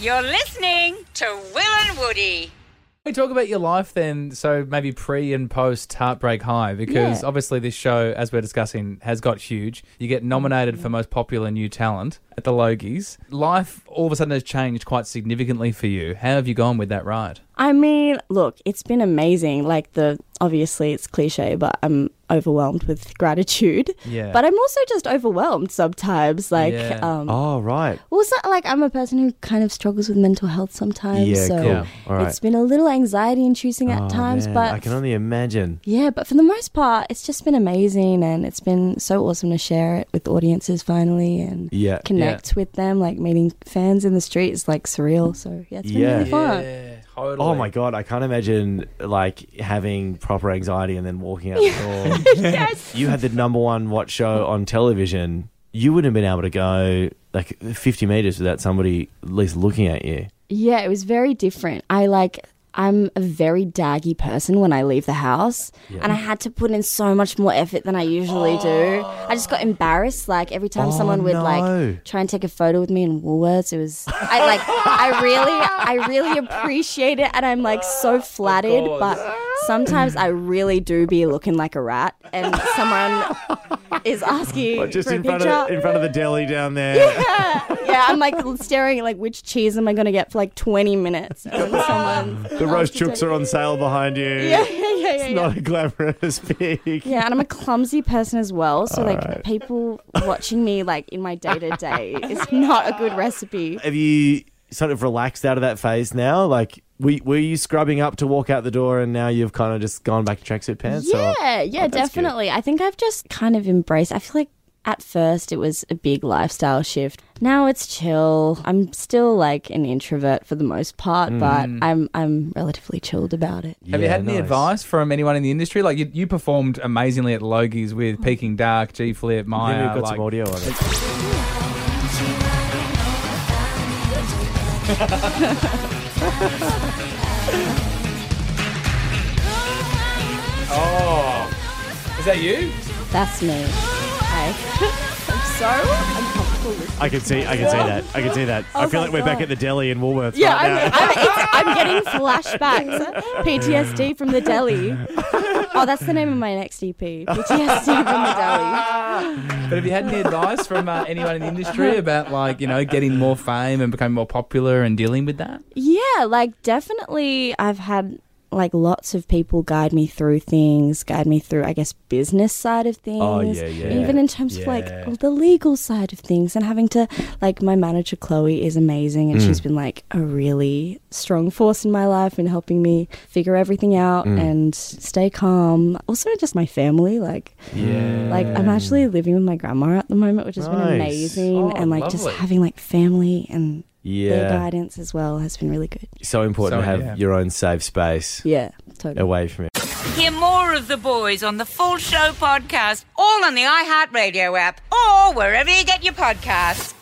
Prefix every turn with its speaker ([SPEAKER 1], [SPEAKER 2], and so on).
[SPEAKER 1] You're listening to Will and Woody.
[SPEAKER 2] We talk about your life then, so maybe pre and post Heartbreak High, because
[SPEAKER 3] Yeah.
[SPEAKER 2] obviously this show, as we're discussing, has got huge. You get nominated for Most Popular New Talent at the Logies. Life all of a sudden has changed quite significantly for you. How have you gone with that ride?
[SPEAKER 3] I mean, look, it's been amazing. Like the obviously it's cliche, but I'm overwhelmed with gratitude.
[SPEAKER 2] Yeah.
[SPEAKER 3] But I'm also just overwhelmed sometimes. Like
[SPEAKER 2] Yeah.
[SPEAKER 3] um
[SPEAKER 4] Oh, right.
[SPEAKER 3] also like I'm a person who kind of struggles with mental health sometimes.
[SPEAKER 4] Yeah,
[SPEAKER 3] Um, so
[SPEAKER 4] cool. Yeah. All right.
[SPEAKER 3] it's been a little anxiety inducing
[SPEAKER 4] Oh,
[SPEAKER 3] at times,
[SPEAKER 4] man,
[SPEAKER 3] but
[SPEAKER 4] I can only imagine.
[SPEAKER 3] yeah, but for the most part, it's just been amazing and it's been so awesome to share it with audiences finally and
[SPEAKER 4] Yeah.
[SPEAKER 3] connect with them. Like meeting fans in the street is like surreal. So yeah, it's been
[SPEAKER 4] Yeah.
[SPEAKER 3] really fun.
[SPEAKER 2] totally.
[SPEAKER 4] Oh my god, I can't imagine like having proper anxiety and then walking out the door. You had the number one what show on television. You wouldn't have been able to go like 50 meters without somebody at least looking at you.
[SPEAKER 3] Yeah, it was very different. I like I'm a very daggy person when I leave the house, and I had to put in so much more effort than I usually do. I just got embarrassed. Like every time
[SPEAKER 4] Oh,
[SPEAKER 3] someone would
[SPEAKER 4] no.
[SPEAKER 3] like try and take a photo with me in Woolworths, it was I like I really I really appreciate it, and I'm like so flattered. But sometimes I really do be looking like a rat, and someone is asking for a picture
[SPEAKER 4] front of the deli down there.
[SPEAKER 3] yeah, I'm like staring at like which cheese am I gonna get for like 20 minutes? And then someone,
[SPEAKER 4] The roast chooks are on sale behind you.
[SPEAKER 3] Oh, yeah, yeah, yeah, yeah.
[SPEAKER 4] It's
[SPEAKER 3] yeah.
[SPEAKER 4] not a glamorous pic.
[SPEAKER 3] yeah, and I'm a clumsy person as well, so like people watching me like in my day to day is not a good recipe.
[SPEAKER 4] Have you sort of relaxed out of that phase now? Like, were, were you scrubbing up to walk out the door and now you've kind of just gone back to tracksuit pants? or-
[SPEAKER 3] Yeah, yeah,
[SPEAKER 4] Oh, that's good.
[SPEAKER 3] definitely. I think I've just kind of embraced. I feel like at first it was a big lifestyle shift. Now it's chill. I'm still like an introvert for the most part,
[SPEAKER 4] Mm.
[SPEAKER 3] but I'm I'm relatively chilled about it.
[SPEAKER 2] Have you
[SPEAKER 4] Yeah,
[SPEAKER 2] had any
[SPEAKER 4] nice.
[SPEAKER 2] advice from anyone in the industry? Like you, you performed amazingly at Logies with Peking Dark, G Flip,
[SPEAKER 4] I think
[SPEAKER 2] Maya.
[SPEAKER 4] we've got
[SPEAKER 2] like,
[SPEAKER 4] some audio on it.
[SPEAKER 2] oh. Is that you?
[SPEAKER 3] That's me. Hi. I'm so uncomfortable with
[SPEAKER 4] I can see, I can see that. I can see that. I feel like we're back at the deli in Woolworths.
[SPEAKER 3] Oh Yeah, I'm, I'm, it's, I'm getting flashbacks. PTSD from the deli. Oh, that's the name of my next E EP. PTSD from the deli.
[SPEAKER 2] But have you had any advice from uh, anyone in the industry about like you know getting more fame and becoming more popular and dealing with that?
[SPEAKER 3] Yeah, like definitely I've had like lots of people guide me through things, guide me through I guess business side of things.
[SPEAKER 4] Oh, yeah, yeah.
[SPEAKER 3] Even in terms of
[SPEAKER 2] Yeah.
[SPEAKER 3] like the legal side of things and having to like my manager Chloe is amazing and
[SPEAKER 4] Mm.
[SPEAKER 3] she's been like a really strong force in my life in helping me figure everything out
[SPEAKER 4] Mm.
[SPEAKER 3] and stay calm. Also just my family, like
[SPEAKER 2] Yeah.
[SPEAKER 3] Like I'm actually living with my grandma at the moment, which has
[SPEAKER 4] Mm. Nice.
[SPEAKER 3] been amazing,
[SPEAKER 2] Oh,
[SPEAKER 3] and like just
[SPEAKER 2] lovely.
[SPEAKER 3] having like family and their
[SPEAKER 4] Yeah.
[SPEAKER 3] guidance as well has been really good.
[SPEAKER 4] So important
[SPEAKER 2] So,
[SPEAKER 4] to have
[SPEAKER 2] yeah.
[SPEAKER 4] your own safe space
[SPEAKER 3] Yeah, totally.
[SPEAKER 4] away from it.
[SPEAKER 1] Hear more of the boys on the Full Show podcast, all on the iHeartRadio app or wherever you get your podcasts.